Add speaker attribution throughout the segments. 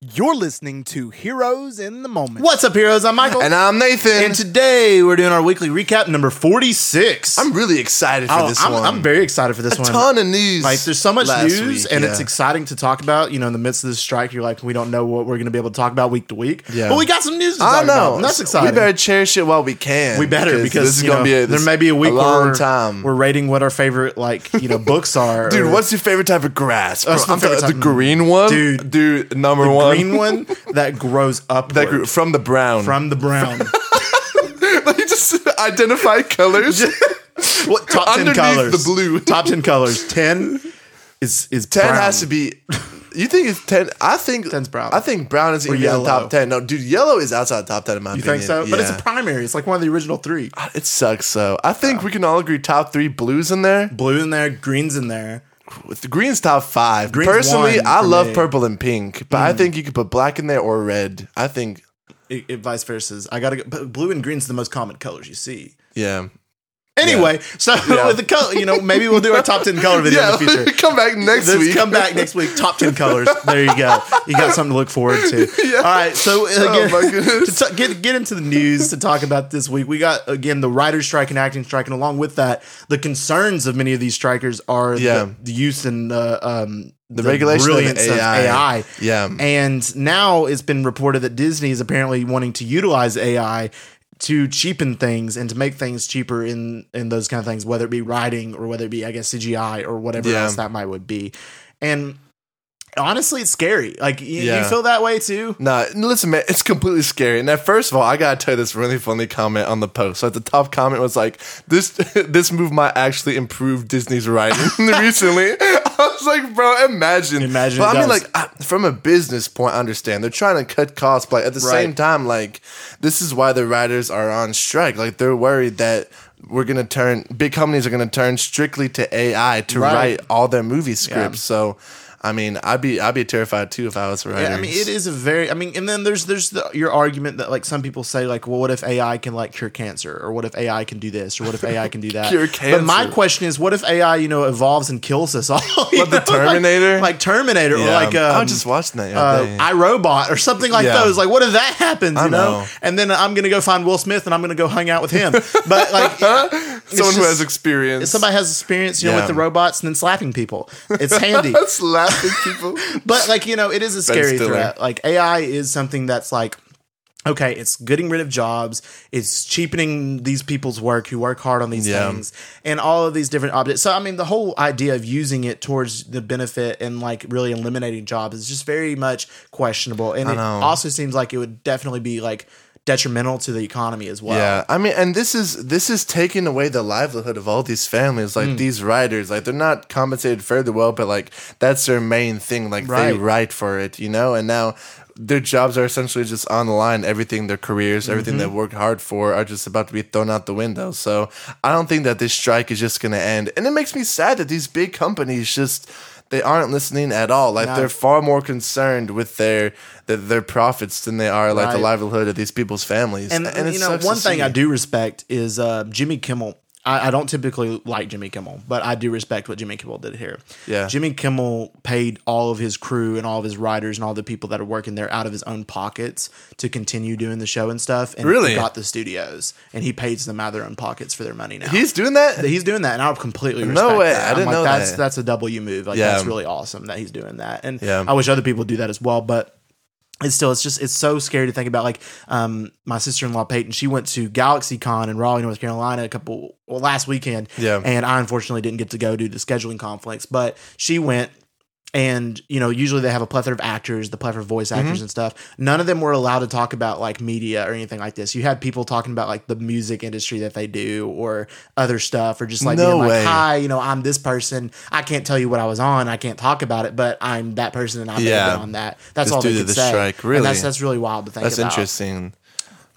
Speaker 1: You're listening to Heroes in the Moment.
Speaker 2: What's up, heroes? I'm Michael.
Speaker 3: And I'm Nathan.
Speaker 2: And today we're doing our weekly recap number 46.
Speaker 3: I'm really excited for
Speaker 2: Oh,
Speaker 3: this
Speaker 2: I'm,
Speaker 3: one.
Speaker 2: I'm very excited for this
Speaker 3: a
Speaker 2: one.
Speaker 3: ton of news.
Speaker 2: Like, there's so much
Speaker 3: last
Speaker 2: news,
Speaker 3: week,
Speaker 2: and
Speaker 3: yeah.
Speaker 2: it's exciting to talk about. You know, in the midst of this strike, you're like, we don't know what we're going to be able to talk about week to week.
Speaker 3: Yeah.
Speaker 2: But we got some news to talk
Speaker 3: I
Speaker 2: about.
Speaker 3: know.
Speaker 2: and that's exciting.
Speaker 3: We better cherish it while we can.
Speaker 2: We better because,
Speaker 3: this is
Speaker 2: you
Speaker 3: gonna
Speaker 2: know,
Speaker 3: be a,
Speaker 2: there
Speaker 3: this-
Speaker 2: may be a week
Speaker 3: long
Speaker 2: where we're,
Speaker 3: time.
Speaker 2: we're rating what our favorite like you know books are.
Speaker 3: dude,
Speaker 2: or-
Speaker 3: what's your favorite type of grass?
Speaker 2: That's my
Speaker 3: I'm sorry,
Speaker 2: favorite
Speaker 3: the
Speaker 2: type.
Speaker 3: green one,
Speaker 2: Dude.
Speaker 3: Dude, number
Speaker 2: the
Speaker 3: one,
Speaker 2: green one that grows up
Speaker 3: that grew from the brown.
Speaker 2: from the brown?
Speaker 3: you just identified colors.
Speaker 2: what top ten
Speaker 3: Underneath
Speaker 2: colors?
Speaker 3: the blue.
Speaker 2: top ten colors. Ten is is
Speaker 3: ten
Speaker 2: brown.
Speaker 3: has to be. You think it's ten? I think
Speaker 2: 10's brown.
Speaker 3: I think brown is even in
Speaker 2: yellow.
Speaker 3: the top ten. No, dude, yellow is outside the top ten in my
Speaker 2: You
Speaker 3: opinion.
Speaker 2: think so? But it's
Speaker 3: Yeah.
Speaker 2: a primary. It's like one of the original three.
Speaker 3: It sucks though. I think we can all agree top three blues in there.
Speaker 2: Blue in there, greens in there.
Speaker 3: With the green's top five.
Speaker 2: Green's
Speaker 3: Personally,
Speaker 2: one
Speaker 3: I
Speaker 2: for
Speaker 3: love
Speaker 2: me.
Speaker 3: purple and pink, but I think you could put black in there or red. I think
Speaker 2: It, it vice versa. I gotta go. But blue and green's the most common colors you see.
Speaker 3: yeah.
Speaker 2: Anyway, so
Speaker 3: Yeah.
Speaker 2: with the color, you know, maybe we'll do our top ten color video in the future.
Speaker 3: come back next
Speaker 2: Let's
Speaker 3: week.
Speaker 2: come back next week. Top ten colors. There you go. You got something to look forward to. All right. So uh, again,
Speaker 3: my goodness.
Speaker 2: to t- get get into the news to talk about this week, we got again the writers' strike and acting strike, and along with that, the concerns of many of these strikers are
Speaker 3: Yeah.
Speaker 2: the, the use and uh, um,
Speaker 3: The regulation of
Speaker 2: brilliance
Speaker 3: AI.
Speaker 2: AI.
Speaker 3: Yeah.
Speaker 2: And now it's been reported that Disney is apparently wanting to utilize AI to cheapen things and to make things cheaper in in those kind of things, whether it be writing or whether it be I guess CGI or whatever
Speaker 3: Yeah.
Speaker 2: else that might would be. And honestly, it's scary. Like y- you
Speaker 3: Yeah.
Speaker 2: feel that way too.
Speaker 3: Nah, listen, man, it's completely scary. Now, first of all, I gotta tell you this really funny comment on the post. Like the top comment was like, "This this move might actually improve Disney's writing recently." I was like, "Bro, imagine,
Speaker 2: Imagine
Speaker 3: But
Speaker 2: it
Speaker 3: I mean,
Speaker 2: does.
Speaker 3: like, I, from a business point, I understand they're trying to cut costs, but at the
Speaker 2: Right.
Speaker 3: same time, like, this is why the writers are on strike. Like, they're worried that we're gonna turn big companies are gonna turn strictly to AI to
Speaker 2: Right.
Speaker 3: write all their movie scripts. So. I mean, I'd be I'd be terrified too if I was a writer.
Speaker 2: Yeah, I mean, it is a very. I mean, and then there's there's the, your argument that like some people say like, well, what if AI can like cure cancer, or what if AI can do this, or what if AI can do that?
Speaker 3: Cure
Speaker 2: But my
Speaker 3: cancer.
Speaker 2: question is, what if AI you know evolves and kills us all? you
Speaker 3: What,
Speaker 2: know,
Speaker 3: the
Speaker 2: like-
Speaker 3: Terminator?
Speaker 2: like, Terminator, or
Speaker 3: Yeah,
Speaker 2: like um,
Speaker 3: I was just watching that. The other
Speaker 2: uh,
Speaker 3: day.
Speaker 2: I Robot or something like
Speaker 3: Yeah.
Speaker 2: those. Like, what if that happens? You
Speaker 3: I
Speaker 2: know?
Speaker 3: know.
Speaker 2: and then I'm gonna go find Will Smith and I'm gonna go hang out with him. But like, someone
Speaker 3: Someone who has experience.
Speaker 2: somebody has experience, you know,
Speaker 3: Yeah.
Speaker 2: with the robots and then slapping people. It's handy.
Speaker 3: that's laughing people.
Speaker 2: but like you know it is a scary
Speaker 3: Stiller.
Speaker 2: threat like ai is something that's like okay it's getting rid of jobs it's cheapening these people's work who work hard on these
Speaker 3: Yeah.
Speaker 2: things and all of these different objects so i mean the whole idea of using it towards the benefit and like really eliminating jobs is just very much questionable and it
Speaker 3: know.
Speaker 2: also seems like it would definitely be like detrimental to the economy as well
Speaker 3: Yeah, I mean, and this is this is taking away the livelihood of all these families,
Speaker 2: Mm.
Speaker 3: like these writers, like they're not compensated fairly well, but like that's their main thing, like they
Speaker 2: Right.
Speaker 3: write for it, you know, and now their jobs are essentially just on the line. Everything, their careers, everything they
Speaker 2: Mm-hmm.
Speaker 3: worked hard for, are just about to be thrown out the window. So I don't think that this strike is just going to end, and it makes me sad that these big companies just. They aren't listening at all. Like
Speaker 2: No.
Speaker 3: they're far more concerned with their their, their profits than they are like the
Speaker 2: Right.
Speaker 3: livelihood of these people's families
Speaker 2: and,
Speaker 3: it
Speaker 2: you know
Speaker 3: sucks to
Speaker 2: one thing
Speaker 3: see.
Speaker 2: i do respect is uh, jimmy kimmel I, I don't typically like jimmy kimmel but i do respect what jimmy kimmel did here
Speaker 3: Yeah.
Speaker 2: jimmy kimmel paid all of his crew and all of his writers and all the people that are working there out of his own pockets to continue doing the show and stuff and
Speaker 3: Really?
Speaker 2: he got the studios and he pays them out of their own pockets for their money now
Speaker 3: He's doing that.
Speaker 2: he's doing that, and I completely respect
Speaker 3: way.
Speaker 2: that.
Speaker 3: I
Speaker 2: I'm
Speaker 3: didn't
Speaker 2: like,
Speaker 3: know
Speaker 2: that's
Speaker 3: that.
Speaker 2: that's a W move. Like
Speaker 3: Yeah.
Speaker 2: that's really awesome that he's doing that, and
Speaker 3: Yeah.
Speaker 2: I wish other people do that as well. But it's still, it's just, it's so scary to think about. Like, um, my sister in law Peyton, she went to GalaxyCon in Raleigh, North Carolina, a couple well, last weekend.
Speaker 3: Yeah.
Speaker 2: and I unfortunately didn't get to go due to scheduling conflicts, but she went. And you know, usually they have a plethora of actors, the plethora of voice actors
Speaker 3: Mm-hmm.
Speaker 2: and stuff. None of them were allowed to talk about like media or anything like this. You had people talking about like the music industry that they do or other stuff, or just like
Speaker 3: No
Speaker 2: being like,
Speaker 3: way.
Speaker 2: "Hi, you know, I'm this person. I can't tell you what I was on. I can't talk about it, but I'm that person and I've
Speaker 3: Yeah.
Speaker 2: been on that." That's
Speaker 3: Just
Speaker 2: all they
Speaker 3: due to
Speaker 2: could
Speaker 3: the
Speaker 2: say. And that's
Speaker 3: strike, really.
Speaker 2: that's really wild to think
Speaker 3: That's Um,
Speaker 2: about.
Speaker 3: interesting.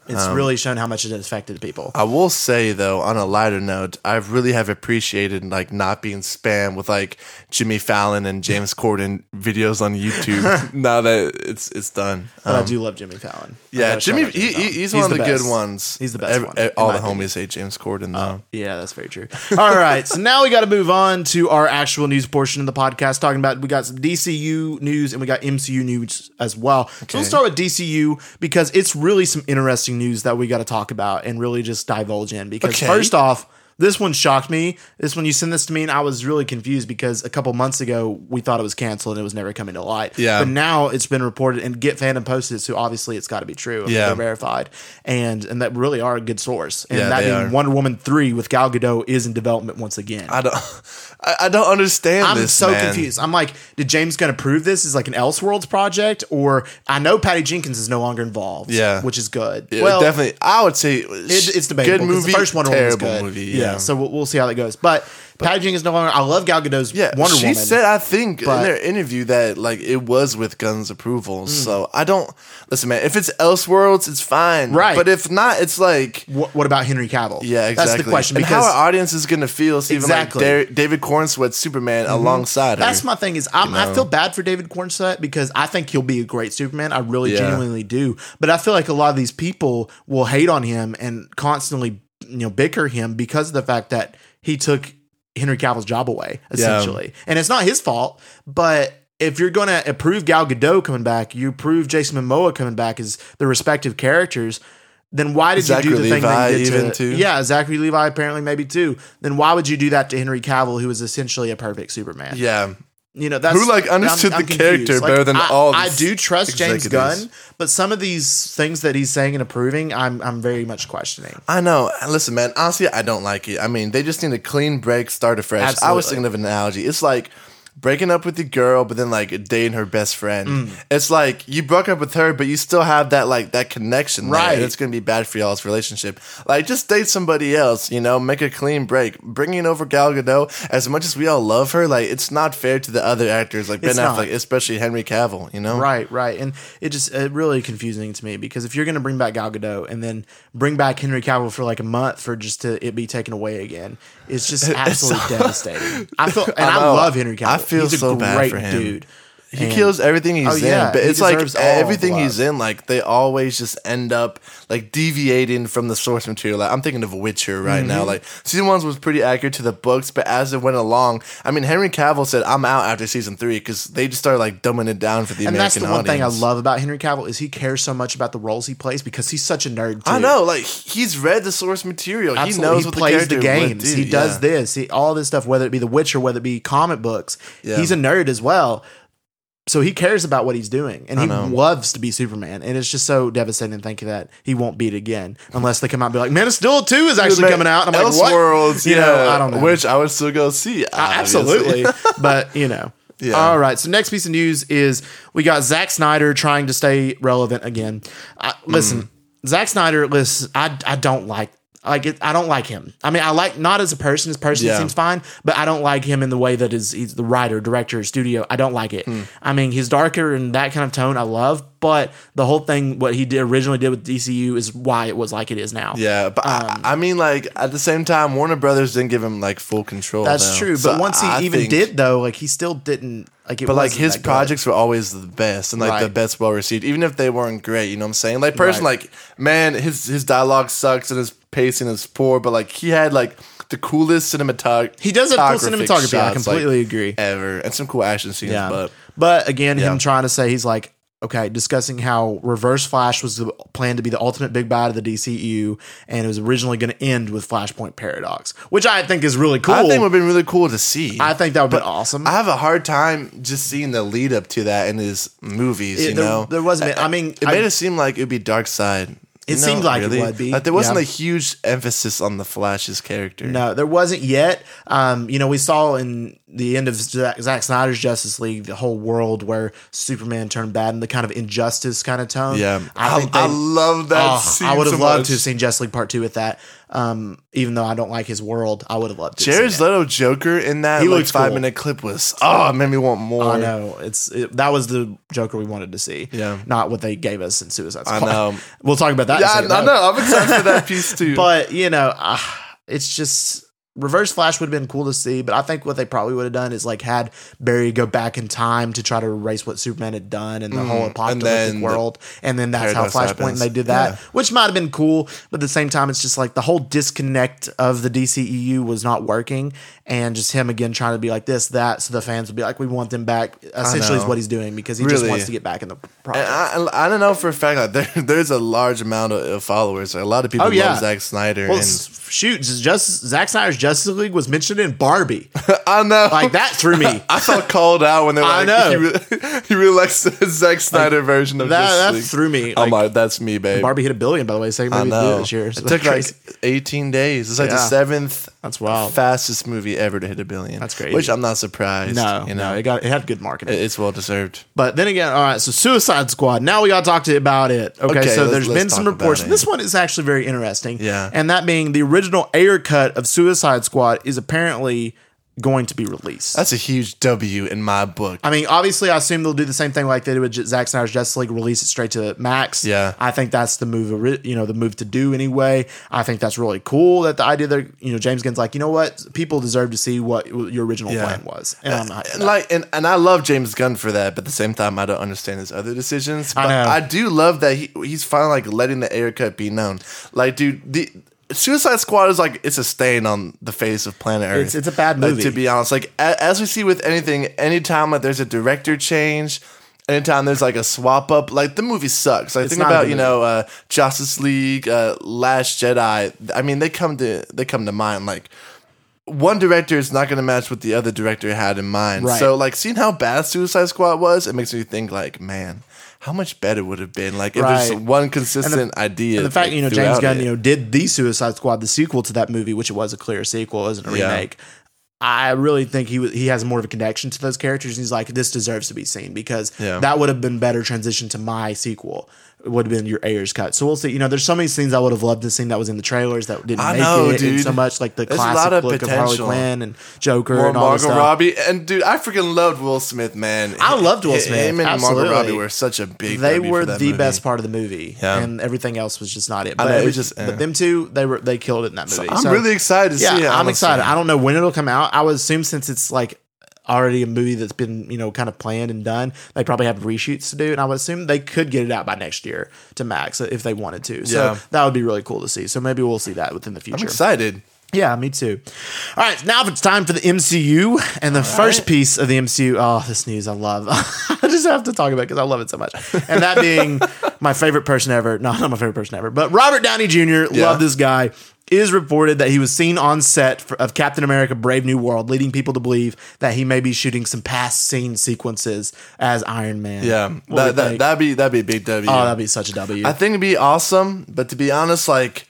Speaker 2: It's really shown how much it affected people.
Speaker 3: I will say though, on a lighter note, I really have appreciated like not being spam with like Jimmy Fallon and James Corden videos on YouTube. now that it's it's done,
Speaker 2: But Oh, I do love Jimmy Fallon. I
Speaker 3: um, yeah,
Speaker 2: gotta shout
Speaker 3: Jimmy,
Speaker 2: out Jimmy
Speaker 3: he, he-
Speaker 2: Fallon.
Speaker 3: he's, one of the,
Speaker 2: best.
Speaker 3: good ones. eh,
Speaker 2: He's the best one, in
Speaker 3: all
Speaker 2: my Oh.
Speaker 3: the homies hate James Corden though.
Speaker 2: Yeah, that's very true. All right, so now we got to move on to our actual news portion of the podcast, talking about we got some DCU news and we got MCU news as well. So let's start with DCU because it's really some interesting news that we got to talk about and really just divulge in. Because
Speaker 3: Okay.
Speaker 2: first off, this one shocked me. This one you sent this to me and I was really confused because a couple months ago we thought it was canceled and it was never coming to light.
Speaker 3: Yeah.
Speaker 2: but now it's been reported and Get Fandom posted it, so obviously it's got to be true. I mean,
Speaker 3: Yeah.
Speaker 2: they're verified and and that really are a good source. And
Speaker 3: Yeah,
Speaker 2: that
Speaker 3: they
Speaker 2: being
Speaker 3: are.
Speaker 2: Wonder Woman three with Gal Gadot is in development once again.
Speaker 3: I don't, I, I don't understand.
Speaker 2: I'm
Speaker 3: this,
Speaker 2: so
Speaker 3: man.
Speaker 2: confused. I'm like, did James Gunn approve this as like an Elseworlds project, or I know Patty Jenkins is no longer involved.
Speaker 3: Yeah.
Speaker 2: which is good.
Speaker 3: Yeah,
Speaker 2: well, definitely,
Speaker 3: definitely, I would say
Speaker 2: it, it's debatable.
Speaker 3: Good
Speaker 2: 'cause
Speaker 3: movie,
Speaker 2: The first Wonder Woman was
Speaker 3: terrible
Speaker 2: good.
Speaker 3: movie.
Speaker 2: yeah.
Speaker 3: Yeah,
Speaker 2: so we'll, we'll see how that goes. But, Patty Jenkins no longer. I love Gal Gadot's
Speaker 3: Yeah,
Speaker 2: Wonder
Speaker 3: she
Speaker 2: Woman.
Speaker 3: said I think
Speaker 2: but- Mm.
Speaker 3: in their interview that like it was with Gunn's approval. So I don't listen, man. If it's Elseworlds, it's fine,
Speaker 2: Right.
Speaker 3: But if not, it's like
Speaker 2: what, what about Henry Cavill?
Speaker 3: yeah, exactly.
Speaker 2: That's the question.
Speaker 3: And
Speaker 2: Because
Speaker 3: how our audience is gonna feel, Stephen,
Speaker 2: Exactly. Mm-hmm.
Speaker 3: like Da- David Cornsweet Superman alongside
Speaker 2: That's
Speaker 3: her.
Speaker 2: my thing is I'm, I feel bad for David Cornsett because I think he'll be a great Superman. I really
Speaker 3: Yeah.
Speaker 2: genuinely do. But I feel like a lot of these people will hate on him and constantly you know bicker him because of the fact that he took Henry Cavill's job away essentially. And it's not his fault, but if you're going to approve Gal Gadot coming back, you approve Jason Momoa coming back as the respective characters, then why did you do
Speaker 3: Zachary
Speaker 2: the thing that you
Speaker 3: Levi
Speaker 2: did
Speaker 3: even
Speaker 2: to,
Speaker 3: too?
Speaker 2: Yeah, Zachary Levi apparently maybe too. Then why would you do that to Henry Cavill, who is essentially a perfect Superman?
Speaker 3: yeah,
Speaker 2: You know, that's
Speaker 3: Who, like, understood the character better than
Speaker 2: I,
Speaker 3: all the
Speaker 2: I do trust James
Speaker 3: executives.
Speaker 2: Gunn, but some of these things that he's saying and approving, I'm I'm very much questioning.
Speaker 3: I know. And Listen, man. Honestly, I don't like it. I mean, they just need a clean break, start afresh. I was
Speaker 2: Absolutely.
Speaker 3: thinking of an analogy. It's like breaking up with your girl, but then like dating her best friend.
Speaker 2: Mm.
Speaker 3: It's like you broke up with her, but you still have that like that connection, right?
Speaker 2: Right.
Speaker 3: it's gonna be bad for y'all's relationship. Like, just date somebody else. You know, make a clean break. Bringing over Gal Gadot, as much as we all love her, like it's not fair to the other actors, like Ben
Speaker 2: It's not.
Speaker 3: Affleck, especially Henry Cavill. You know,
Speaker 2: Right, right, and it just uh, really confusing to me because if you're going to bring back Gal Gadot and then bring back Henry Cavill for like a month for just to it be taken away again, it's just absolutely devastating. I feel, and I,
Speaker 3: know.
Speaker 2: love Henry Cavill.
Speaker 3: I feel
Speaker 2: he's a
Speaker 3: so
Speaker 2: great
Speaker 3: bad for him.
Speaker 2: dude.
Speaker 3: He
Speaker 2: And-
Speaker 3: kills everything he's
Speaker 2: Oh, yeah,
Speaker 3: in, but
Speaker 2: he
Speaker 3: it's like e,
Speaker 2: deserves all the
Speaker 3: everything
Speaker 2: love.
Speaker 3: he's in, like they always just end up like deviating from the source material. Like I'm thinking of Witcher right now.
Speaker 2: Mm-hmm.
Speaker 3: Like season one was pretty accurate to the books, but as it went along, I mean, Henry Cavill said, "I'm out after season three because they just started like dumbing it down for the
Speaker 2: and
Speaker 3: American
Speaker 2: that's the one thing I
Speaker 3: audience.
Speaker 2: love about Henry Cavill is he cares so much about the roles he plays because he's such a nerd. Too.
Speaker 3: I know, like he's read the source material.
Speaker 2: Absolutely.
Speaker 3: He knows what
Speaker 2: plays the,
Speaker 3: the, character would
Speaker 2: games.
Speaker 3: do.
Speaker 2: he does
Speaker 3: Yeah.
Speaker 2: this. He all this stuff, whether it be The Witcher, whether it be comic books.
Speaker 3: Yeah.
Speaker 2: He's a nerd as well. So he cares about what he's doing and he
Speaker 3: know.
Speaker 2: loves to be Superman. And it's just so devastating to think that he won't beat again unless they come out and be like, Man of Steel 2 is actually
Speaker 3: Man,
Speaker 2: coming out. And I'm like, what?
Speaker 3: Elseworlds,
Speaker 2: You
Speaker 3: yeah,
Speaker 2: know, I don't know.
Speaker 3: Which I would still go see.
Speaker 2: Uh, absolutely. but you know.
Speaker 3: Yeah.
Speaker 2: All right. So next piece of news is we got Zack Snyder trying to stay relevant again. I, listen,
Speaker 3: Mm.
Speaker 2: Zack Snyder. Listen, I I don't like like it, I don't like him. I mean, I like not as a person. As a person
Speaker 3: Yeah.
Speaker 2: seems fine, but I don't like him in the way that is he's the writer, director, studio. I don't like it.
Speaker 3: Hmm.
Speaker 2: I mean, he's darker and that kind of tone I love, but the whole thing what he did originally did with DCU is why it was like it is now.
Speaker 3: Yeah, but
Speaker 2: Um,
Speaker 3: I, I mean, like at the same time, Warner Brothers didn't give him like full control.
Speaker 2: That's
Speaker 3: though.
Speaker 2: true, but
Speaker 3: So
Speaker 2: once he
Speaker 3: I
Speaker 2: even
Speaker 3: think-
Speaker 2: did though, like he still didn't like it.
Speaker 3: but like
Speaker 2: wasn't
Speaker 3: his
Speaker 2: that good.
Speaker 3: projects were always the best and like the
Speaker 2: Right.
Speaker 3: best well received, even if they weren't great. You know what I'm saying? Like person, like man, his his dialogue sucks and his pacing is poor, but like he had like the coolest cinematography.
Speaker 2: He does have cool cinematography. I completely agree.
Speaker 3: Ever and some cool action scenes,
Speaker 2: Yeah.
Speaker 3: but.
Speaker 2: But, again, him trying to say he's like, okay, discussing how Reverse Flash was the plan to be the ultimate big bad of the DCU, and it was originally going to end with Flashpoint Paradox, which I think is really cool.
Speaker 3: I think it would have been really cool to see. I,
Speaker 2: that would be awesome.
Speaker 3: have a hard time just seeing the lead up to that in his movies.
Speaker 2: It-
Speaker 3: you
Speaker 2: there,
Speaker 3: know,
Speaker 2: there wasn't. I, mean,
Speaker 3: It
Speaker 2: I-
Speaker 3: made it seem like it would be Dark Side.
Speaker 2: It seemed like it would be,
Speaker 3: Like there wasn't
Speaker 2: yeah.
Speaker 3: a huge emphasis on the Flash's character.
Speaker 2: no, there wasn't yet. Um, you know, we saw in the end of Zack Zack Snyder's Justice League, the whole world where Superman turned bad and the kind of injustice kind of tone.
Speaker 3: Yeah,
Speaker 2: I, think they,
Speaker 3: I love that.
Speaker 2: Oh,
Speaker 3: scene
Speaker 2: I would have
Speaker 3: so
Speaker 2: loved
Speaker 3: much.
Speaker 2: to have seen Justice League Part Two with that. Um, even though I don't like his world, I would have loved to. have
Speaker 3: Jared
Speaker 2: seen it.
Speaker 3: Leto Joker in that
Speaker 2: He
Speaker 3: like
Speaker 2: looks
Speaker 3: five
Speaker 2: cool.
Speaker 3: minute clip was oh it made me want more.
Speaker 2: I know it's it, that was the Joker we wanted to see.
Speaker 3: Yeah.
Speaker 2: not what they gave us in Suicide
Speaker 3: I
Speaker 2: Squad.
Speaker 3: know.
Speaker 2: We'll talk about that. in a
Speaker 3: Yeah, I
Speaker 2: second,
Speaker 3: know.
Speaker 2: though.
Speaker 3: I'm excited for that piece too.
Speaker 2: But you know, uh, it's just Reverse Flash would have been cool to see, but I think what they probably would have done is like had Barry go back in time to try to erase what Superman had done and the whole apocalyptic
Speaker 3: Mm, then the
Speaker 2: world, and then that's how
Speaker 3: paradox
Speaker 2: Flashpoint and
Speaker 3: happens.
Speaker 2: they did that,
Speaker 3: Yeah.
Speaker 2: which might have been cool. But at the same time, it's just like the whole disconnect of the DCEU was not working, and just him again trying to be like this, that, so the fans would be like, we want them back. Essentially, is
Speaker 3: know.
Speaker 2: what he's doing because he just
Speaker 3: Really.
Speaker 2: wants to get back in the
Speaker 3: And
Speaker 2: project.
Speaker 3: I, I don't know for a fact that there, there's a large amount of of followers. A lot of people
Speaker 2: Oh, yeah.
Speaker 3: love Zack Snyder.
Speaker 2: Well,
Speaker 3: and,
Speaker 2: s- shoot, just Zack Snyder's Justice League was mentioned in Barbie.
Speaker 3: I know.
Speaker 2: like that threw me. that
Speaker 3: I felt called out when they were
Speaker 2: I
Speaker 3: like,
Speaker 2: know.
Speaker 3: He, really, he really likes the Zack Snyder version of
Speaker 2: that
Speaker 3: this.
Speaker 2: threw me.
Speaker 3: I'm
Speaker 2: Like,
Speaker 3: like, that's me, babe.
Speaker 2: Barbie hit a billion, by the way. Second
Speaker 3: I
Speaker 2: movie to do
Speaker 3: know.
Speaker 2: it this year. So
Speaker 3: it took like
Speaker 2: crazy.
Speaker 3: 18 days. It's like the
Speaker 2: Yeah.
Speaker 3: seventh
Speaker 2: That's wild.
Speaker 3: fastest movie ever to hit a billion.
Speaker 2: That's
Speaker 3: great.
Speaker 2: crazy.
Speaker 3: Which I'm not surprised.
Speaker 2: no,
Speaker 3: you
Speaker 2: no,
Speaker 3: know,
Speaker 2: it got it had good marketing.
Speaker 3: It- it's well deserved.
Speaker 2: But then again, all right. So Suicide Squad. Now we got to talk to you about it. Okay.
Speaker 3: Okay,
Speaker 2: so
Speaker 3: let's-
Speaker 2: there's
Speaker 3: let's
Speaker 2: been some
Speaker 3: talk about
Speaker 2: reports.
Speaker 3: it.
Speaker 2: This one is actually very interesting.
Speaker 3: Yeah.
Speaker 2: And that being the original air cut of Suicide Squad is apparently going to be released.
Speaker 3: That's a huge W in my book.
Speaker 2: I mean, obviously, I assume they'll do the same thing like they did with J- Zack Snyder's Justice League, release it straight to Max.
Speaker 3: Yeah.
Speaker 2: I think that's the move. ori- You know, the move to do anyway. I think that's really cool that the idea that you know James Gunn's like, you know what, people deserve to see what your original
Speaker 3: Yeah.
Speaker 2: plan was, and I'm not.
Speaker 3: and Eh, like and, and I love James Gunn for that, but at the same time I don't understand his other decisions. But
Speaker 2: know.
Speaker 3: I do love that he, he's finally like letting the air cut be known. Like, dude, the Suicide Squad is like it's a stain on the face of planet Earth.
Speaker 2: It's- it's a bad
Speaker 3: Like,
Speaker 2: movie.
Speaker 3: to be honest. Like a, as we see with anything, anytime that there's a director change. Anytime there's like a swap up, like the movie sucks. Like think
Speaker 2: not a
Speaker 3: about
Speaker 2: good
Speaker 3: you know uh, Justice League, uh, Last Jedi. I mean they come to they come to mind like one director is not going to match what the other director had in mind.
Speaker 2: Right.
Speaker 3: So, like, seeing how bad Suicide Squad was, it makes me think, like, man, how much better would it have been? Like, if
Speaker 2: Right.
Speaker 3: there's one consistent idea.
Speaker 2: And the fact
Speaker 3: like,
Speaker 2: you know James
Speaker 3: throughout
Speaker 2: Gunn,
Speaker 3: it.
Speaker 2: you know, did the Suicide Squad, the sequel to that movie, which it was a clear sequel, it wasn't a
Speaker 3: Yeah.
Speaker 2: remake. I really think he was- he has more of a connection to those characters. He's like, this deserves to be seen because
Speaker 3: Yeah.
Speaker 2: that would have been better transition to my sequel. It would have been your Ayers cut. So we'll see. You know, there's so many scenes I would have loved to seen that was in the trailers that didn't
Speaker 3: I
Speaker 2: make
Speaker 3: know,
Speaker 2: it. And
Speaker 3: dude.
Speaker 2: so much like the
Speaker 3: There's a
Speaker 2: classic
Speaker 3: lot of
Speaker 2: look of Harley
Speaker 3: potential.
Speaker 2: Quinn and Joker
Speaker 3: Or
Speaker 2: and all this
Speaker 3: Margot
Speaker 2: stuff.
Speaker 3: Robbie. And, dude, I freaking loved Will Smith, man.
Speaker 2: I loved Will
Speaker 3: Him-
Speaker 2: Smith,
Speaker 3: Him and
Speaker 2: absolutely.
Speaker 3: Margot Robbie were such a big
Speaker 2: they
Speaker 3: W for
Speaker 2: were the
Speaker 3: that movie.
Speaker 2: best part of the movie,
Speaker 3: Yeah.
Speaker 2: and everything else was just not it. But,
Speaker 3: know, it
Speaker 2: every-
Speaker 3: was just, eh.
Speaker 2: but them two, they were they killed it in that movie.
Speaker 3: I'm
Speaker 2: So-
Speaker 3: really excited to
Speaker 2: yeah,
Speaker 3: see it.
Speaker 2: I'm
Speaker 3: honestly.
Speaker 2: excited. I don't know when it'll come out. I would assume since it's like already a movie that's been you know kind of planned and done, they probably have reshoots to do, and I would assume they could get it out by next year to Max if they wanted to. So
Speaker 3: Yeah.
Speaker 2: that would be really cool to see. So maybe we'll see that within the
Speaker 3: I'm
Speaker 2: future.
Speaker 3: excited.
Speaker 2: Yeah, me too. All right, now it's time for the MCU and the first piece of the MCU. Oh, this news I love. I just have to talk about it because I love it so much. And that being my favorite person ever. No, not my favorite person ever, but Robert Downey Jr.
Speaker 3: Yeah.
Speaker 2: Love this guy. Is reported that he was seen on set for, of Captain America: Brave New World, leading people to believe that he may be shooting some past scene sequences as Iron Man.
Speaker 3: Yeah.
Speaker 2: What do you
Speaker 3: That, that,
Speaker 2: think?
Speaker 3: that'd, be, that'd be a big W.
Speaker 2: oh, that'd be such a W.
Speaker 3: I think it'd be awesome, but to be honest, like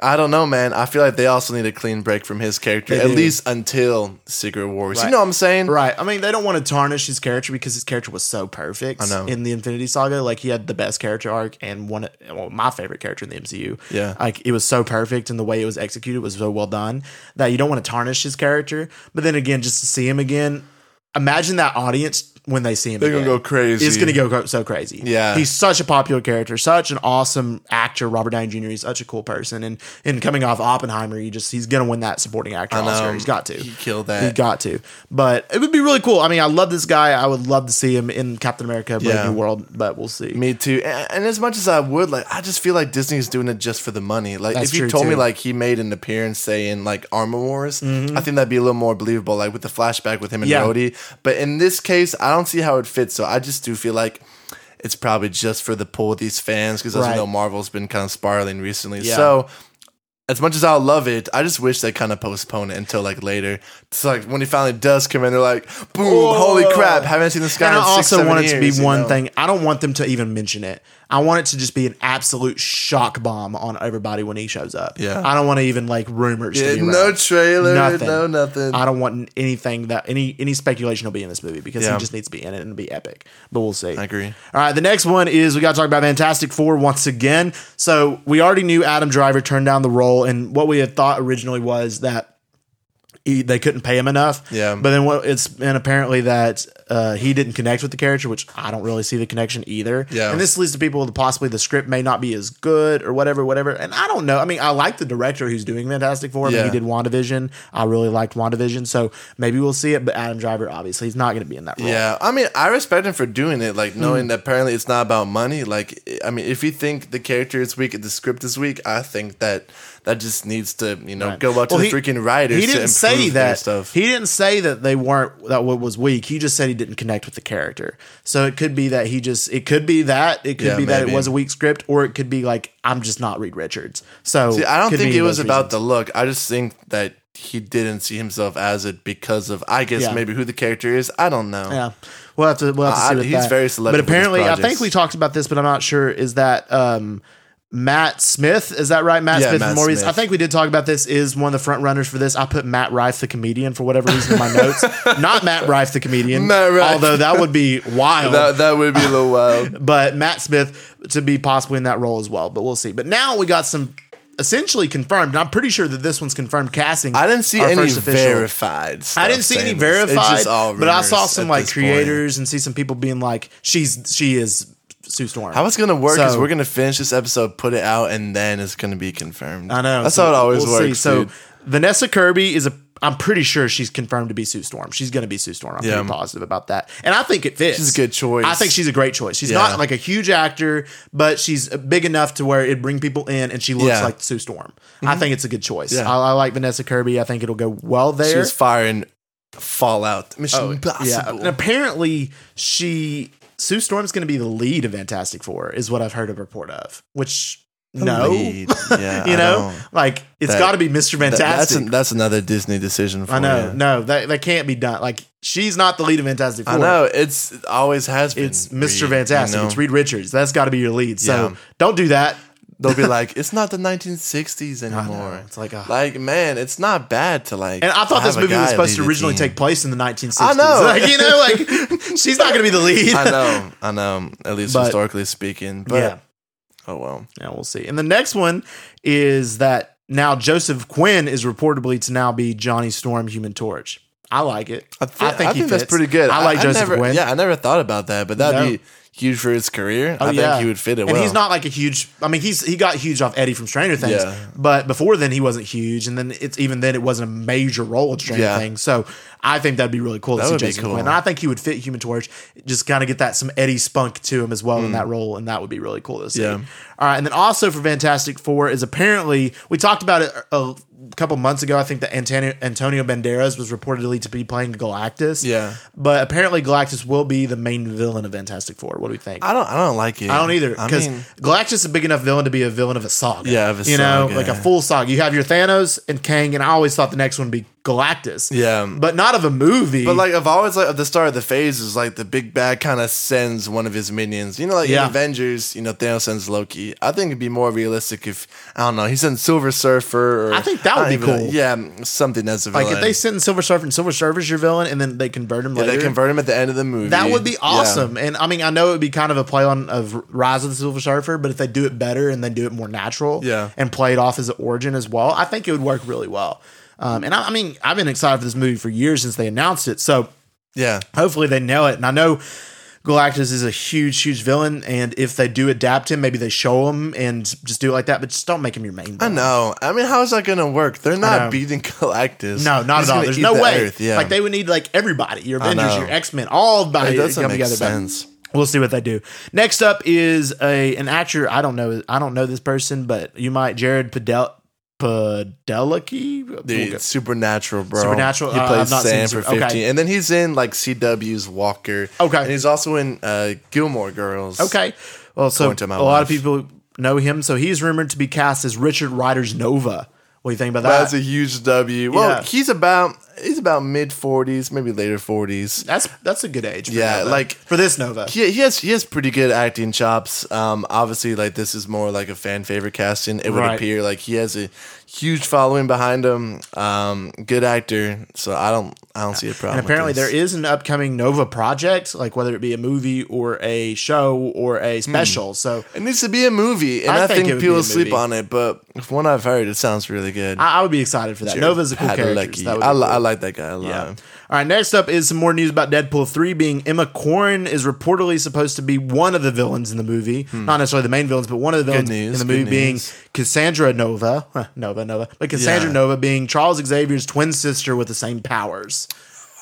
Speaker 3: I don't know, man. I feel like they also need a clean break from his character, at
Speaker 2: do.
Speaker 3: least until Secret Wars.
Speaker 2: Right.
Speaker 3: You know what I'm saying?
Speaker 2: Right. I mean, they don't want to tarnish his character because his character was so perfect
Speaker 3: know.
Speaker 2: in the Infinity Saga. Like he had the best character arc and one, well, my favorite character in the MCU.
Speaker 3: Yeah.
Speaker 2: Like it was so perfect and the way it was executed was so well done that you don't want to tarnish his character. But then again, just to see him again, imagine that audience when they see him.
Speaker 3: They're gonna
Speaker 2: again.
Speaker 3: go crazy.
Speaker 2: It's gonna go cra- so crazy.
Speaker 3: Yeah.
Speaker 2: he's such a popular character, such an awesome actor. Robert Downey Jr. is such a cool person, and and coming off Oppenheimer, you just he's gonna win that supporting actor Oscar. He's got to.
Speaker 3: Um, He killed that.
Speaker 2: He got to. But it would be really cool. I mean, I love this guy. I would love to see him in Captain America: Brave
Speaker 3: Yeah.
Speaker 2: New World, but we'll see.
Speaker 3: Me too. And, and as much as I would, like, I just feel like Disney's doing it just for the money. Like,
Speaker 2: That's
Speaker 3: if you
Speaker 2: true,
Speaker 3: told me,
Speaker 2: too. Mm-hmm.
Speaker 3: like, he made an appearance, say, in, like, Armor Wars, I think that'd be a little more believable, like, with the flashback with him and
Speaker 2: Yeah.
Speaker 3: Rhodey. But in this case, I don't see how it fits. So I just do feel like it's probably just for the pull of these fans because, as
Speaker 2: Right.
Speaker 3: you know, Marvel's been kind of spiraling recently.
Speaker 2: Yeah.
Speaker 3: So as much as I love it, I just wish they kind of postpone it until like later. It's like when it finally does come in, they're like, boom, holy crap, haven't seen this guy.
Speaker 2: And
Speaker 3: in
Speaker 2: I
Speaker 3: six,
Speaker 2: also
Speaker 3: seven
Speaker 2: want it
Speaker 3: years,
Speaker 2: to be
Speaker 3: you
Speaker 2: one
Speaker 3: know?
Speaker 2: thing. I don't want them to even mention it. I want it to just be an absolute shock bomb on everybody when he shows up.
Speaker 3: Yeah.
Speaker 2: I don't want to even like rumors. to
Speaker 3: Yeah,
Speaker 2: be
Speaker 3: no
Speaker 2: around.
Speaker 3: trailer, no nothing.
Speaker 2: I don't want anything that any any speculation will be in this movie because
Speaker 3: Yeah.
Speaker 2: he just needs to be in it and be epic. But we'll see.
Speaker 3: I agree.
Speaker 2: All right, the next one is we got to talk about Fantastic Four once again. So we already knew Adam Driver turned down the role, and what we had thought originally was that he, they couldn't pay him enough.
Speaker 3: Yeah.
Speaker 2: But then what it's and apparently that uh, he didn't connect with the character, which I don't really see the connection either.
Speaker 3: Yeah.
Speaker 2: And this leads to people that possibly the script may not be as good or whatever, whatever. And I don't know. I mean, I like the director who's doing Fantastic Four. I mean,
Speaker 3: Yeah.
Speaker 2: he did WandaVision. I really liked WandaVision, so maybe we'll see it. But Adam Driver, obviously, he's not going to be in that role.
Speaker 3: Yeah, Hmm. I mean, I respect him for doing it, like knowing that apparently it's not about money. Like, I mean, if you think the character is weak, the script is weak, I think that that just needs to, you know, go up to
Speaker 2: Well,
Speaker 3: the freaking writers.
Speaker 2: He
Speaker 3: to
Speaker 2: didn't say
Speaker 3: improve their
Speaker 2: that.
Speaker 3: stuff.
Speaker 2: He didn't say that they weren't that what was weak. He just said he didn't connect with the character. So it could be that he just. It could be that. It could
Speaker 3: Yeah,
Speaker 2: be that it
Speaker 3: maybe.
Speaker 2: was a weak script, or it could be like I'm just not Reed Richards. So
Speaker 3: See, I don't
Speaker 2: could be
Speaker 3: think it
Speaker 2: those
Speaker 3: was about
Speaker 2: reasons.
Speaker 3: the look. I just think that he didn't see himself as it because of, I guess,
Speaker 2: Yeah.
Speaker 3: maybe who the character is. I don't know.
Speaker 2: Yeah, we'll have to. We'll have to
Speaker 3: I-
Speaker 2: see with
Speaker 3: Uh, he's
Speaker 2: that.
Speaker 3: very selective
Speaker 2: But
Speaker 3: with his
Speaker 2: apparently, I think
Speaker 3: projects.
Speaker 2: we talked about this, but I'm not sure. Is that um, Matt Smith? Is that right? Matt
Speaker 3: Yeah,
Speaker 2: Smith
Speaker 3: Matt
Speaker 2: from Morbius.
Speaker 3: Smith.
Speaker 2: I think we did talk about this. Is one of the front runners for this? I put Matt Rife, the comedian, for whatever reason in my notes. not Matt Rife, the comedian.
Speaker 3: Matt Rife.
Speaker 2: Although that would be wild
Speaker 3: That, that would be a little wild.
Speaker 2: but Matt Smith to be possibly in that role as well. But we'll see. But now we got some essentially confirmed. And I'm pretty sure that this one's confirmed casting.
Speaker 3: I didn't see
Speaker 2: our
Speaker 3: any
Speaker 2: first official.
Speaker 3: verified. Stuff
Speaker 2: I didn't see any
Speaker 3: saying this. It's
Speaker 2: verified,
Speaker 3: just all
Speaker 2: but I saw
Speaker 3: rumors
Speaker 2: some
Speaker 3: at
Speaker 2: like
Speaker 3: this point.
Speaker 2: creators and see some people being like, "She's she is Sue Storm."
Speaker 3: How it's gonna work is
Speaker 2: So-
Speaker 3: we're gonna finish this episode, put it out, and then it's gonna be confirmed.
Speaker 2: I know
Speaker 3: That's
Speaker 2: so
Speaker 3: how it always
Speaker 2: we'll
Speaker 3: works.
Speaker 2: see. So
Speaker 3: dude.
Speaker 2: Vanessa Kirby is a. I'm pretty sure she's confirmed to be Sue Storm. She's going to be Sue Storm. I'm
Speaker 3: Yeah.
Speaker 2: pretty positive about that, and I think it fits.
Speaker 3: She's a good choice.
Speaker 2: I think she's a great choice. She's
Speaker 3: Yeah.
Speaker 2: not like a huge actor, but she's big enough to where it'd bring people in, and she looks
Speaker 3: Yeah. Mm-hmm.
Speaker 2: like Sue Storm. I think it's a good choice.
Speaker 3: Yeah.
Speaker 2: I, I like Vanessa Kirby. I think it'll go well there. Oh,
Speaker 3: she was firing Fallout Mission Impossible.
Speaker 2: And apparently, she Sue Storm's going to be the lead of Fantastic Four, is what I've heard a report of. Which no,
Speaker 3: Lead. Yeah, I
Speaker 2: you know,
Speaker 3: don't.
Speaker 2: like it's
Speaker 3: That-
Speaker 2: got to be Mister
Speaker 3: That-
Speaker 2: Fantastic.
Speaker 3: that's an- that's another Disney decision. For
Speaker 2: I know.
Speaker 3: you.
Speaker 2: No, that that can't be done. Like she's not the lead of Fantastic Four.
Speaker 3: I know. It's it always has been.
Speaker 2: It's Mr.
Speaker 3: Reed,
Speaker 2: Fantastic.
Speaker 3: you know?
Speaker 2: It's Reed Richards. That's got to be your lead. So
Speaker 3: Yeah.
Speaker 2: don't do that.
Speaker 3: They'll be like, it's not the 1960s anymore.
Speaker 2: It's like, ah.
Speaker 3: like man, it's not bad to like.
Speaker 2: And I thought
Speaker 3: have
Speaker 2: this
Speaker 3: a
Speaker 2: movie
Speaker 3: guy
Speaker 2: was supposed to
Speaker 3: lead a
Speaker 2: originally
Speaker 3: team.
Speaker 2: take place in the 1960s.
Speaker 3: I know.
Speaker 2: Like, you know, like she's not going to be the lead.
Speaker 3: I know. I know. At least
Speaker 2: But-
Speaker 3: historically speaking. But
Speaker 2: Yeah.
Speaker 3: oh well.
Speaker 2: Yeah, we'll see. And the next one is that now Joseph Quinn is reportedly to now be Johnny Storm Human Torch. I like it. I,
Speaker 3: thi-
Speaker 2: think, he
Speaker 3: that's
Speaker 2: fits.
Speaker 3: pretty good.
Speaker 2: I like Joseph
Speaker 3: never,
Speaker 2: Quinn.
Speaker 3: Yeah, I never thought about that, but that'd
Speaker 2: No.
Speaker 3: be huge for his career. I
Speaker 2: Oh,
Speaker 3: think
Speaker 2: yeah.
Speaker 3: he would fit it
Speaker 2: and
Speaker 3: well.
Speaker 2: he's not like a huge. I mean, he's he got huge off Eddie from Stranger Things,
Speaker 3: Yeah.
Speaker 2: but before then he wasn't huge, and then it's even then it wasn't a major role in Stranger
Speaker 3: Yeah.
Speaker 2: Things. So I think that'd be really cool to
Speaker 3: would
Speaker 2: see
Speaker 3: be
Speaker 2: Jason
Speaker 3: cool.
Speaker 2: Quinn. And I think he would fit Human Torch. Just kind of get that some Eddie spunk to him as well in that role, and that would be really cool to see.
Speaker 3: Hmm. Yeah.
Speaker 2: All right, and then also for Fantastic Four is apparently we talked about it a, a couple months ago. I think that Antonio, Antonio Banderas was reportedly to be playing Galactus.
Speaker 3: Yeah.
Speaker 2: but apparently Galactus will be the main villain of Fantastic Four. What do we think?
Speaker 3: I don't. I don't like it.
Speaker 2: I don't either.
Speaker 3: I
Speaker 2: Because
Speaker 3: mean,
Speaker 2: Galactus is a big enough villain to be a villain of a saga.
Speaker 3: Yeah, of a
Speaker 2: you know,
Speaker 3: saga.
Speaker 2: like a full saga. You have your Thanos and Kang, and I always thought the next one would be Galactus.
Speaker 3: Yeah.
Speaker 2: but not of a movie.
Speaker 3: but like I've always like at the start of the phase is like the big bad kind of sends one of his minions. You know, like
Speaker 2: Yeah.
Speaker 3: in Avengers, you know Thanos sends Loki. I think it'd be more realistic if I don't know he sends Silver Surfer. Or,
Speaker 2: I think that would
Speaker 3: I don't
Speaker 2: be
Speaker 3: even know.
Speaker 2: cool.
Speaker 3: yeah, something as a
Speaker 2: like
Speaker 3: villain.
Speaker 2: if they send Silver Surfer and Silver Surfer's your villain, and then they convert him
Speaker 3: If
Speaker 2: later.
Speaker 3: they convert him at the end of the movie.
Speaker 2: that would be
Speaker 3: yeah.
Speaker 2: awesome. And I mean, I know it would be kind of a play on of Rise of the Silver Surfer, but if they do it better and they do it more natural,
Speaker 3: Yeah.
Speaker 2: and play it off as an origin as well, I think it would work really well. Um, and I, I mean, I've been excited for this movie for years since they announced it. So
Speaker 3: Yeah.
Speaker 2: hopefully they nail it. And I know Galactus is a huge, huge villain, and if they do adapt him, maybe they show him and just do it like that, but just don't make him your main.
Speaker 3: I
Speaker 2: villain.
Speaker 3: know. I mean, how is that going to work? They're
Speaker 2: know.
Speaker 3: not beating Galactus.
Speaker 2: No, not
Speaker 3: He's
Speaker 2: at all.
Speaker 3: gonna
Speaker 2: There's
Speaker 3: eat
Speaker 2: no
Speaker 3: the
Speaker 2: way.
Speaker 3: Earth, Yeah.
Speaker 2: Like they would need like everybody, your Avengers,
Speaker 3: know.
Speaker 2: your X Men, all
Speaker 3: it
Speaker 2: body to
Speaker 3: doesn't
Speaker 2: come
Speaker 3: make
Speaker 2: together. but
Speaker 3: sense.
Speaker 2: We'll see what they do. Next up is a an actor. I don't know. I don't know this person, but you might Jared Padel Padalecki.
Speaker 3: Dude,
Speaker 2: We'll go-
Speaker 3: Supernatural, bro.
Speaker 2: Supernatural,
Speaker 3: He
Speaker 2: uh, I've
Speaker 3: plays
Speaker 2: not seen
Speaker 3: Sam for
Speaker 2: Super-
Speaker 3: 15.
Speaker 2: okay.
Speaker 3: And then he's in like CW's Walker.
Speaker 2: Okay.
Speaker 3: And he's also in uh, Gilmore Girls.
Speaker 2: Okay. Well, so a
Speaker 3: Point to my
Speaker 2: lot of
Speaker 3: wife.
Speaker 2: people know him. So he's rumored to be cast as Richard Ryder's Nova What do you think about that?
Speaker 3: That's a huge W. Well,
Speaker 2: Yeah.
Speaker 3: he's about he's about mid forties, maybe later forties.
Speaker 2: That's that's a good age. For
Speaker 3: Yeah,
Speaker 2: Nova.
Speaker 3: like-
Speaker 2: for this Nova.
Speaker 3: He, he has he has pretty good acting chops. Um, obviously, like this is more like a fan favorite casting. It would
Speaker 2: Right.
Speaker 3: appear like he has a huge following behind him. Um, good actor. So I don't I don't see a problem.
Speaker 2: and apparently
Speaker 3: with this.
Speaker 2: there is an upcoming Nova project, like whether it be a movie or a show or a special. So
Speaker 3: It needs to be a movie, and
Speaker 2: I
Speaker 3: I,
Speaker 2: think
Speaker 3: think,
Speaker 2: it would be a
Speaker 3: people sleep
Speaker 2: movie.
Speaker 3: on it. But from what I've heard, it sounds really good.
Speaker 2: I, I would be excited for that. Nova's a cool character. so
Speaker 3: Padalecki.
Speaker 2: that would be
Speaker 3: I, li-
Speaker 2: cool.
Speaker 3: I like that guy a lot.
Speaker 2: Yeah. All right. Next up is some more news about Deadpool three being Emma Corrin is reportedly supposed to be one of the villains in the movie, not necessarily the main villains, but one of the villains
Speaker 3: news,
Speaker 2: in the movie
Speaker 3: Hmm. good
Speaker 2: being
Speaker 3: news.
Speaker 2: Cassandra Nova, Huh, Nova Nova, but Cassandra
Speaker 3: Yeah.
Speaker 2: Nova being Charles Xavier's twin sister with the same powers.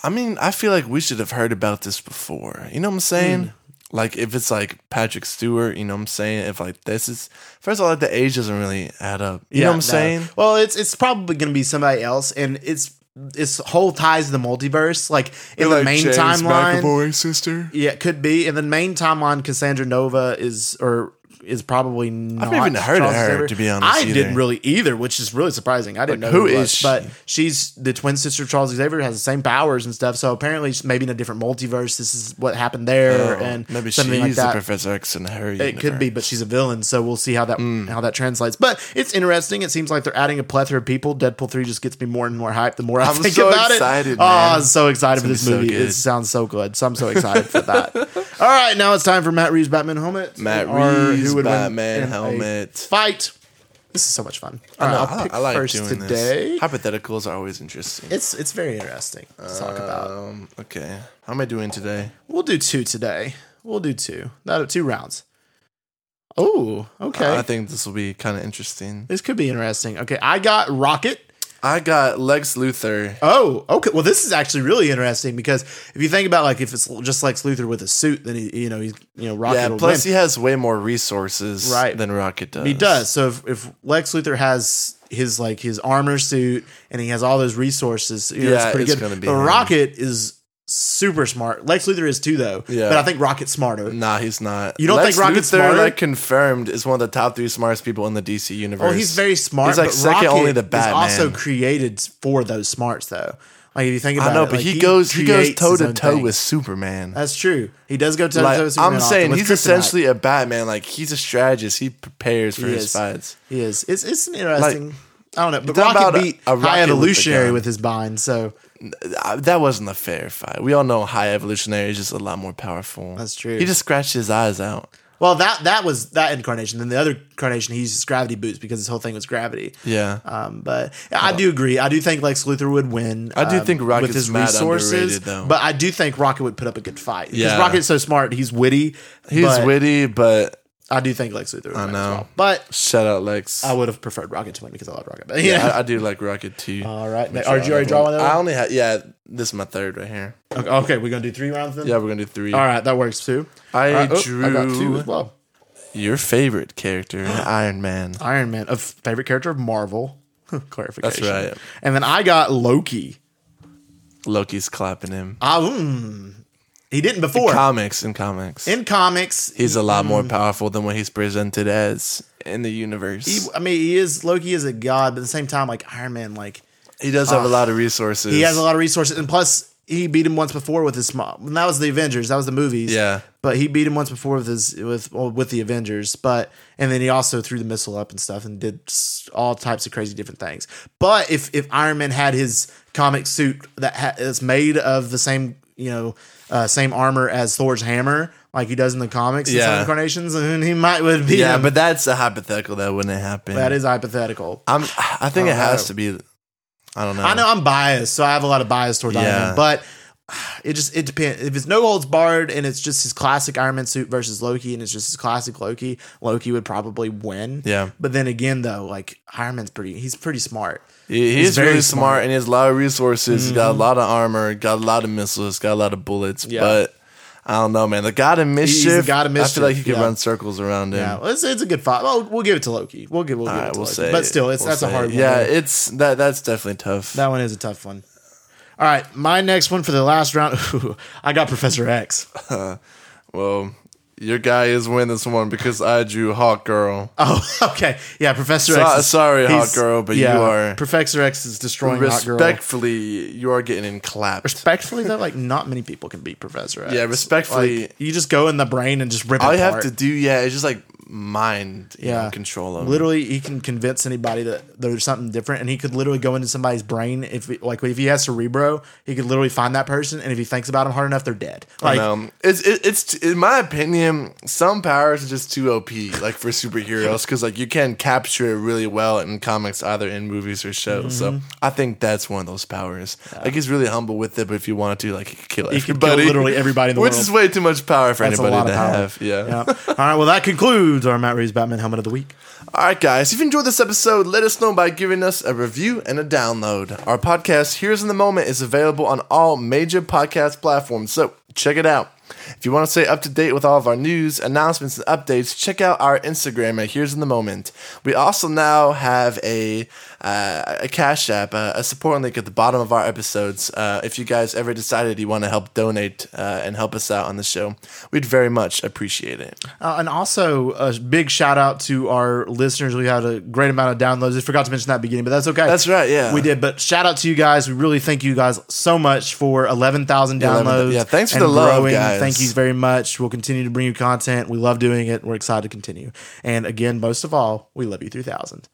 Speaker 3: I mean, I feel like we should have heard about this before. You know what I'm saying?
Speaker 2: Hmm.
Speaker 3: Like if it's like Patrick Stewart, you know what I'm saying? If like this is first of all, like the age doesn't really add up. You know what I'm
Speaker 2: no.
Speaker 3: saying?
Speaker 2: Well, it's it's probably going to be somebody else, and it's this whole ties to the multiverse. Like in the
Speaker 3: Like
Speaker 2: main
Speaker 3: James
Speaker 2: timeline,
Speaker 3: McAvoy's sister.
Speaker 2: yeah, it could be. In the main timeline, Cassandra Nova is or is probably not.
Speaker 3: even heard of
Speaker 2: Charles
Speaker 3: her,
Speaker 2: Xavier.
Speaker 3: to be honest,
Speaker 2: I
Speaker 3: either.
Speaker 2: didn't really either, which is really surprising. I didn't
Speaker 3: Like,
Speaker 2: know
Speaker 3: who
Speaker 2: who is,
Speaker 3: is she?
Speaker 2: but she's the twin sister of Charles Xavier, has the same powers and stuff. So apparently, she's maybe in a different multiverse. This is what happened there,
Speaker 3: Oh,
Speaker 2: and
Speaker 3: maybe
Speaker 2: something like
Speaker 3: she's the
Speaker 2: that.
Speaker 3: Professor X in Mm. her.
Speaker 2: It could be, but she's a villain, so we'll see how that how that translates. But it's interesting. It seems like they're adding a plethora of people. Deadpool three just gets me more and more hyped the more I
Speaker 3: I'm
Speaker 2: think
Speaker 3: so
Speaker 2: about
Speaker 3: excited,
Speaker 2: it. Oh, I'm
Speaker 3: man.
Speaker 2: so excited for
Speaker 3: gonna
Speaker 2: this
Speaker 3: be so
Speaker 2: movie.
Speaker 3: good.
Speaker 2: it sounds so good. So I'm so excited for that. All right, now it's time for Matt Reeves Batman helmet.
Speaker 3: Matt
Speaker 2: Or
Speaker 3: Reeves
Speaker 2: win
Speaker 3: Batman
Speaker 2: in a
Speaker 3: helmet.
Speaker 2: fight. This is so much fun.
Speaker 3: I, know,
Speaker 2: All right,
Speaker 3: I-
Speaker 2: I'll pick
Speaker 3: I like
Speaker 2: first
Speaker 3: doing
Speaker 2: today.
Speaker 3: this. Hypotheticals are always interesting.
Speaker 2: It's it's very interesting to talk about.
Speaker 3: Um, okay, how am I doing today?
Speaker 2: We'll do two today. We'll do two. That two rounds. Oh, okay.
Speaker 3: I think this will be kind of interesting.
Speaker 2: This could be interesting. Okay, I got Rocket.
Speaker 3: I got Lex Luthor.
Speaker 2: Oh, okay. Well, this is actually really interesting because if you think about like if it's just like Luthor with a suit, then he, you know he's you know Rocket.
Speaker 3: Yeah,
Speaker 2: will
Speaker 3: plus
Speaker 2: win.
Speaker 3: he has way more resources
Speaker 2: Right.
Speaker 3: than Rocket does.
Speaker 2: He does. So if, if Lex Luthor has his like his armor suit and he has all those resources, you know,
Speaker 3: Yeah,
Speaker 2: it's pretty good.
Speaker 3: it's gonna be
Speaker 2: but
Speaker 3: him.
Speaker 2: Rocket is super smart. Lex Luthor is too though.
Speaker 3: Yeah. Mm,
Speaker 2: But I think Rocket's smarter.
Speaker 3: Nah, he's not.
Speaker 2: You don't
Speaker 3: Lex
Speaker 2: think Rocket's
Speaker 3: Luthor,
Speaker 2: smarter?
Speaker 3: like confirmed is one of the top three smartest people in the DC universe.
Speaker 2: Oh, he's very smart.
Speaker 3: He's like
Speaker 2: but
Speaker 3: second
Speaker 2: Rocket
Speaker 3: only to Batman.
Speaker 2: Is also created for those smarts though. Like if you think about
Speaker 3: I know,
Speaker 2: it,
Speaker 3: but
Speaker 2: like,
Speaker 3: he, goes he goes
Speaker 2: creates his
Speaker 3: toe to
Speaker 2: own
Speaker 3: toe
Speaker 2: thing.
Speaker 3: with Superman.
Speaker 2: That's true. He does go toe to toe
Speaker 3: like
Speaker 2: with Superman.
Speaker 3: I'm
Speaker 2: often
Speaker 3: saying,
Speaker 2: with
Speaker 3: he's
Speaker 2: kryptonite.
Speaker 3: essentially a Batman. Like he's a strategist. He prepares for
Speaker 2: He
Speaker 3: his
Speaker 2: is.
Speaker 3: fights.
Speaker 2: He is. It's it's an interesting. I don't know, but
Speaker 3: talking
Speaker 2: Rocket
Speaker 3: about a-
Speaker 2: beat
Speaker 3: a
Speaker 2: High
Speaker 3: rocket with a
Speaker 2: Evolutionary
Speaker 3: gun.
Speaker 2: with, his bind, so
Speaker 3: Uh, That wasn't a fair fight. We all know High Evolutionary is just a lot more powerful.
Speaker 2: That's true.
Speaker 3: He just scratched his eyes out.
Speaker 2: well that that was that incarnation. Then the other incarnation, he uses gravity boots because his whole thing was gravity.
Speaker 3: Yeah.
Speaker 2: Um, but I do agree. I do think Lex Luthor would win.
Speaker 3: I do
Speaker 2: um,
Speaker 3: think Rocket's mad underrated, though.
Speaker 2: but I do think Rocket would put up a good fight because
Speaker 3: Yeah.
Speaker 2: Rocket's so smart. He's witty.
Speaker 3: he's
Speaker 2: but
Speaker 3: witty, but
Speaker 2: I do think Lex Luthor. Would win As
Speaker 3: know.
Speaker 2: well. But
Speaker 3: shout out Lex.
Speaker 2: I would have preferred Rocket to win because I love Rocket. But
Speaker 3: yeah,
Speaker 2: yeah. Uh,
Speaker 3: I, I do like Rocket too.
Speaker 2: All right. Are you already draw one? of
Speaker 3: I
Speaker 2: those?
Speaker 3: only had yeah. This is my third right here.
Speaker 2: Okay, okay, we're gonna do three rounds then.
Speaker 3: Yeah, we're gonna do three.
Speaker 2: All right, that works too.
Speaker 3: I
Speaker 2: All right, oh,
Speaker 3: drew
Speaker 2: I got two as well.
Speaker 3: your favorite character, Iron Man.
Speaker 2: Iron Man, a favorite character of Marvel. Clarification.
Speaker 3: That's right.
Speaker 2: And then I got Loki.
Speaker 3: Loki's clapping him.
Speaker 2: Ah, mm. he didn't before.
Speaker 3: Comics and comics.
Speaker 2: in comics,
Speaker 3: he's a lot more powerful than what he's presented as in the universe.
Speaker 2: he,
Speaker 3: He,
Speaker 2: I mean, he is Loki is a god, but at the same time, like Iron Man, like
Speaker 3: does have a lot of resources.
Speaker 2: Ah. he has a lot of resources, and plus he beat him once before with his small. And that was the Avengers. That was the movies.
Speaker 3: Yeah.
Speaker 2: But he beat him once before with his with well, with the Avengers. But and then he also threw the missile up and stuff and did s- all types of crazy different things. But if if Iron Man had his comic suit that ha- is made of the same you know uh, same armor as Thor's hammer, like he does in the comics, in some
Speaker 3: Yeah.
Speaker 2: incarnations, then he might would be.
Speaker 3: Yeah,
Speaker 2: him.
Speaker 3: but that's a hypothetical that wouldn't happen.
Speaker 2: that is hypothetical.
Speaker 3: I'm. I think
Speaker 2: I
Speaker 3: it
Speaker 2: don't
Speaker 3: has
Speaker 2: know.
Speaker 3: to be. I don't know.
Speaker 2: I know I'm biased, so I have a lot of bias towards Iron
Speaker 3: Oh. Yeah.
Speaker 2: Man, but it just it depends. If it's no holds barred and it's just his classic Iron Man suit versus Loki, and it's just his classic Loki, Loki would probably win.
Speaker 3: Yeah.
Speaker 2: But then again, though, like Iron Man's pretty, he's pretty smart.
Speaker 3: He, he's,
Speaker 2: very
Speaker 3: really smart.
Speaker 2: smart. Mm-hmm.
Speaker 3: and he has a lot of resources. He's got a lot of armor, got a lot of missiles, got a lot of bullets.
Speaker 2: Yeah.
Speaker 3: But I don't know, man. The god of mischief.
Speaker 2: he's the god of
Speaker 3: I feel like he
Speaker 2: mischief,
Speaker 3: could
Speaker 2: yeah.
Speaker 3: run circles around him.
Speaker 2: Yeah, well, it's, it's a good fight. Well, we'll give it to Loki. We'll give we'll give
Speaker 3: All
Speaker 2: it
Speaker 3: right,
Speaker 2: to
Speaker 3: we'll
Speaker 2: Loki.
Speaker 3: say.
Speaker 2: but still, it's
Speaker 3: we'll
Speaker 2: that's a
Speaker 3: say
Speaker 2: hard
Speaker 3: it.
Speaker 2: one.
Speaker 3: Yeah, it's that. That's definitely tough.
Speaker 2: that one is a tough one. All right, my next one for the last round. I got Professor X.
Speaker 3: well, your guy is winning this one because I drew Hawk Girl.
Speaker 2: Oh, okay. Yeah, Professor
Speaker 3: So-
Speaker 2: X. is-
Speaker 3: sorry, Hot
Speaker 2: he's-
Speaker 3: Girl, but you are-
Speaker 2: Professor X is destroying Hot Girl.
Speaker 3: Respectfully, you are getting in clapped.
Speaker 2: Respectfully, though, like not many people can beat Professor X.
Speaker 3: Yeah, respectfully-
Speaker 2: Like, you just go in the brain and just rip.
Speaker 3: All
Speaker 2: it
Speaker 3: you have
Speaker 2: apart.
Speaker 3: to do, yeah, is just like mind you
Speaker 2: yeah,
Speaker 3: know, control of
Speaker 2: Literally, he can convince anybody that there's something different, and he could literally go into somebody's brain. If like if he has cerebro, he could literally find that person, and if he thinks about them hard enough, they're dead. Like
Speaker 3: um, it's it, it's in my opinion, some powers are just too OP, like for superheroes, because like you can capture it really well in comics, either in movies or shows. So
Speaker 2: Mm-hmm.
Speaker 3: I think that's one of those powers. Like he's really humble with it, but if you wanted to, like he could kill
Speaker 2: he could kill
Speaker 3: everybody,
Speaker 2: literally everybody in the
Speaker 3: which
Speaker 2: world.
Speaker 3: is way too much power for
Speaker 2: That's a lot
Speaker 3: anybody
Speaker 2: of
Speaker 3: to
Speaker 2: power.
Speaker 3: have. Yeah.
Speaker 2: Yeah. All right. Well, that concludes our Matt Reeves Batman Helmet of the Week.
Speaker 3: All right, guys, if you enjoyed this episode, let us know by giving us a review and a download. Our podcast, Here's in the Moment, is available on all major podcast platforms, so check it out. If you want to stay up to date with all of our news, announcements, and updates, check out our Instagram at Here's in the Moment. We also now have a uh, a Cash App, uh, a support link at the bottom of our episodes. Uh, if you guys ever decided you want to help donate uh, and help us out on the show, we'd very much appreciate it.
Speaker 2: Uh, and also a big shout out to our listeners. We had a great amount of downloads. I forgot to mention that at the beginning, but that's okay.
Speaker 3: That's right, yeah.
Speaker 2: We did. But shout out to you guys. We really thank you guys so much for 11,000 downloads.
Speaker 3: yeah, thanks for
Speaker 2: and
Speaker 3: the love, guys.
Speaker 2: Thank you very much. We'll continue to bring you content. We love doing it. We're excited to continue. And again, most of all, we love you 3000.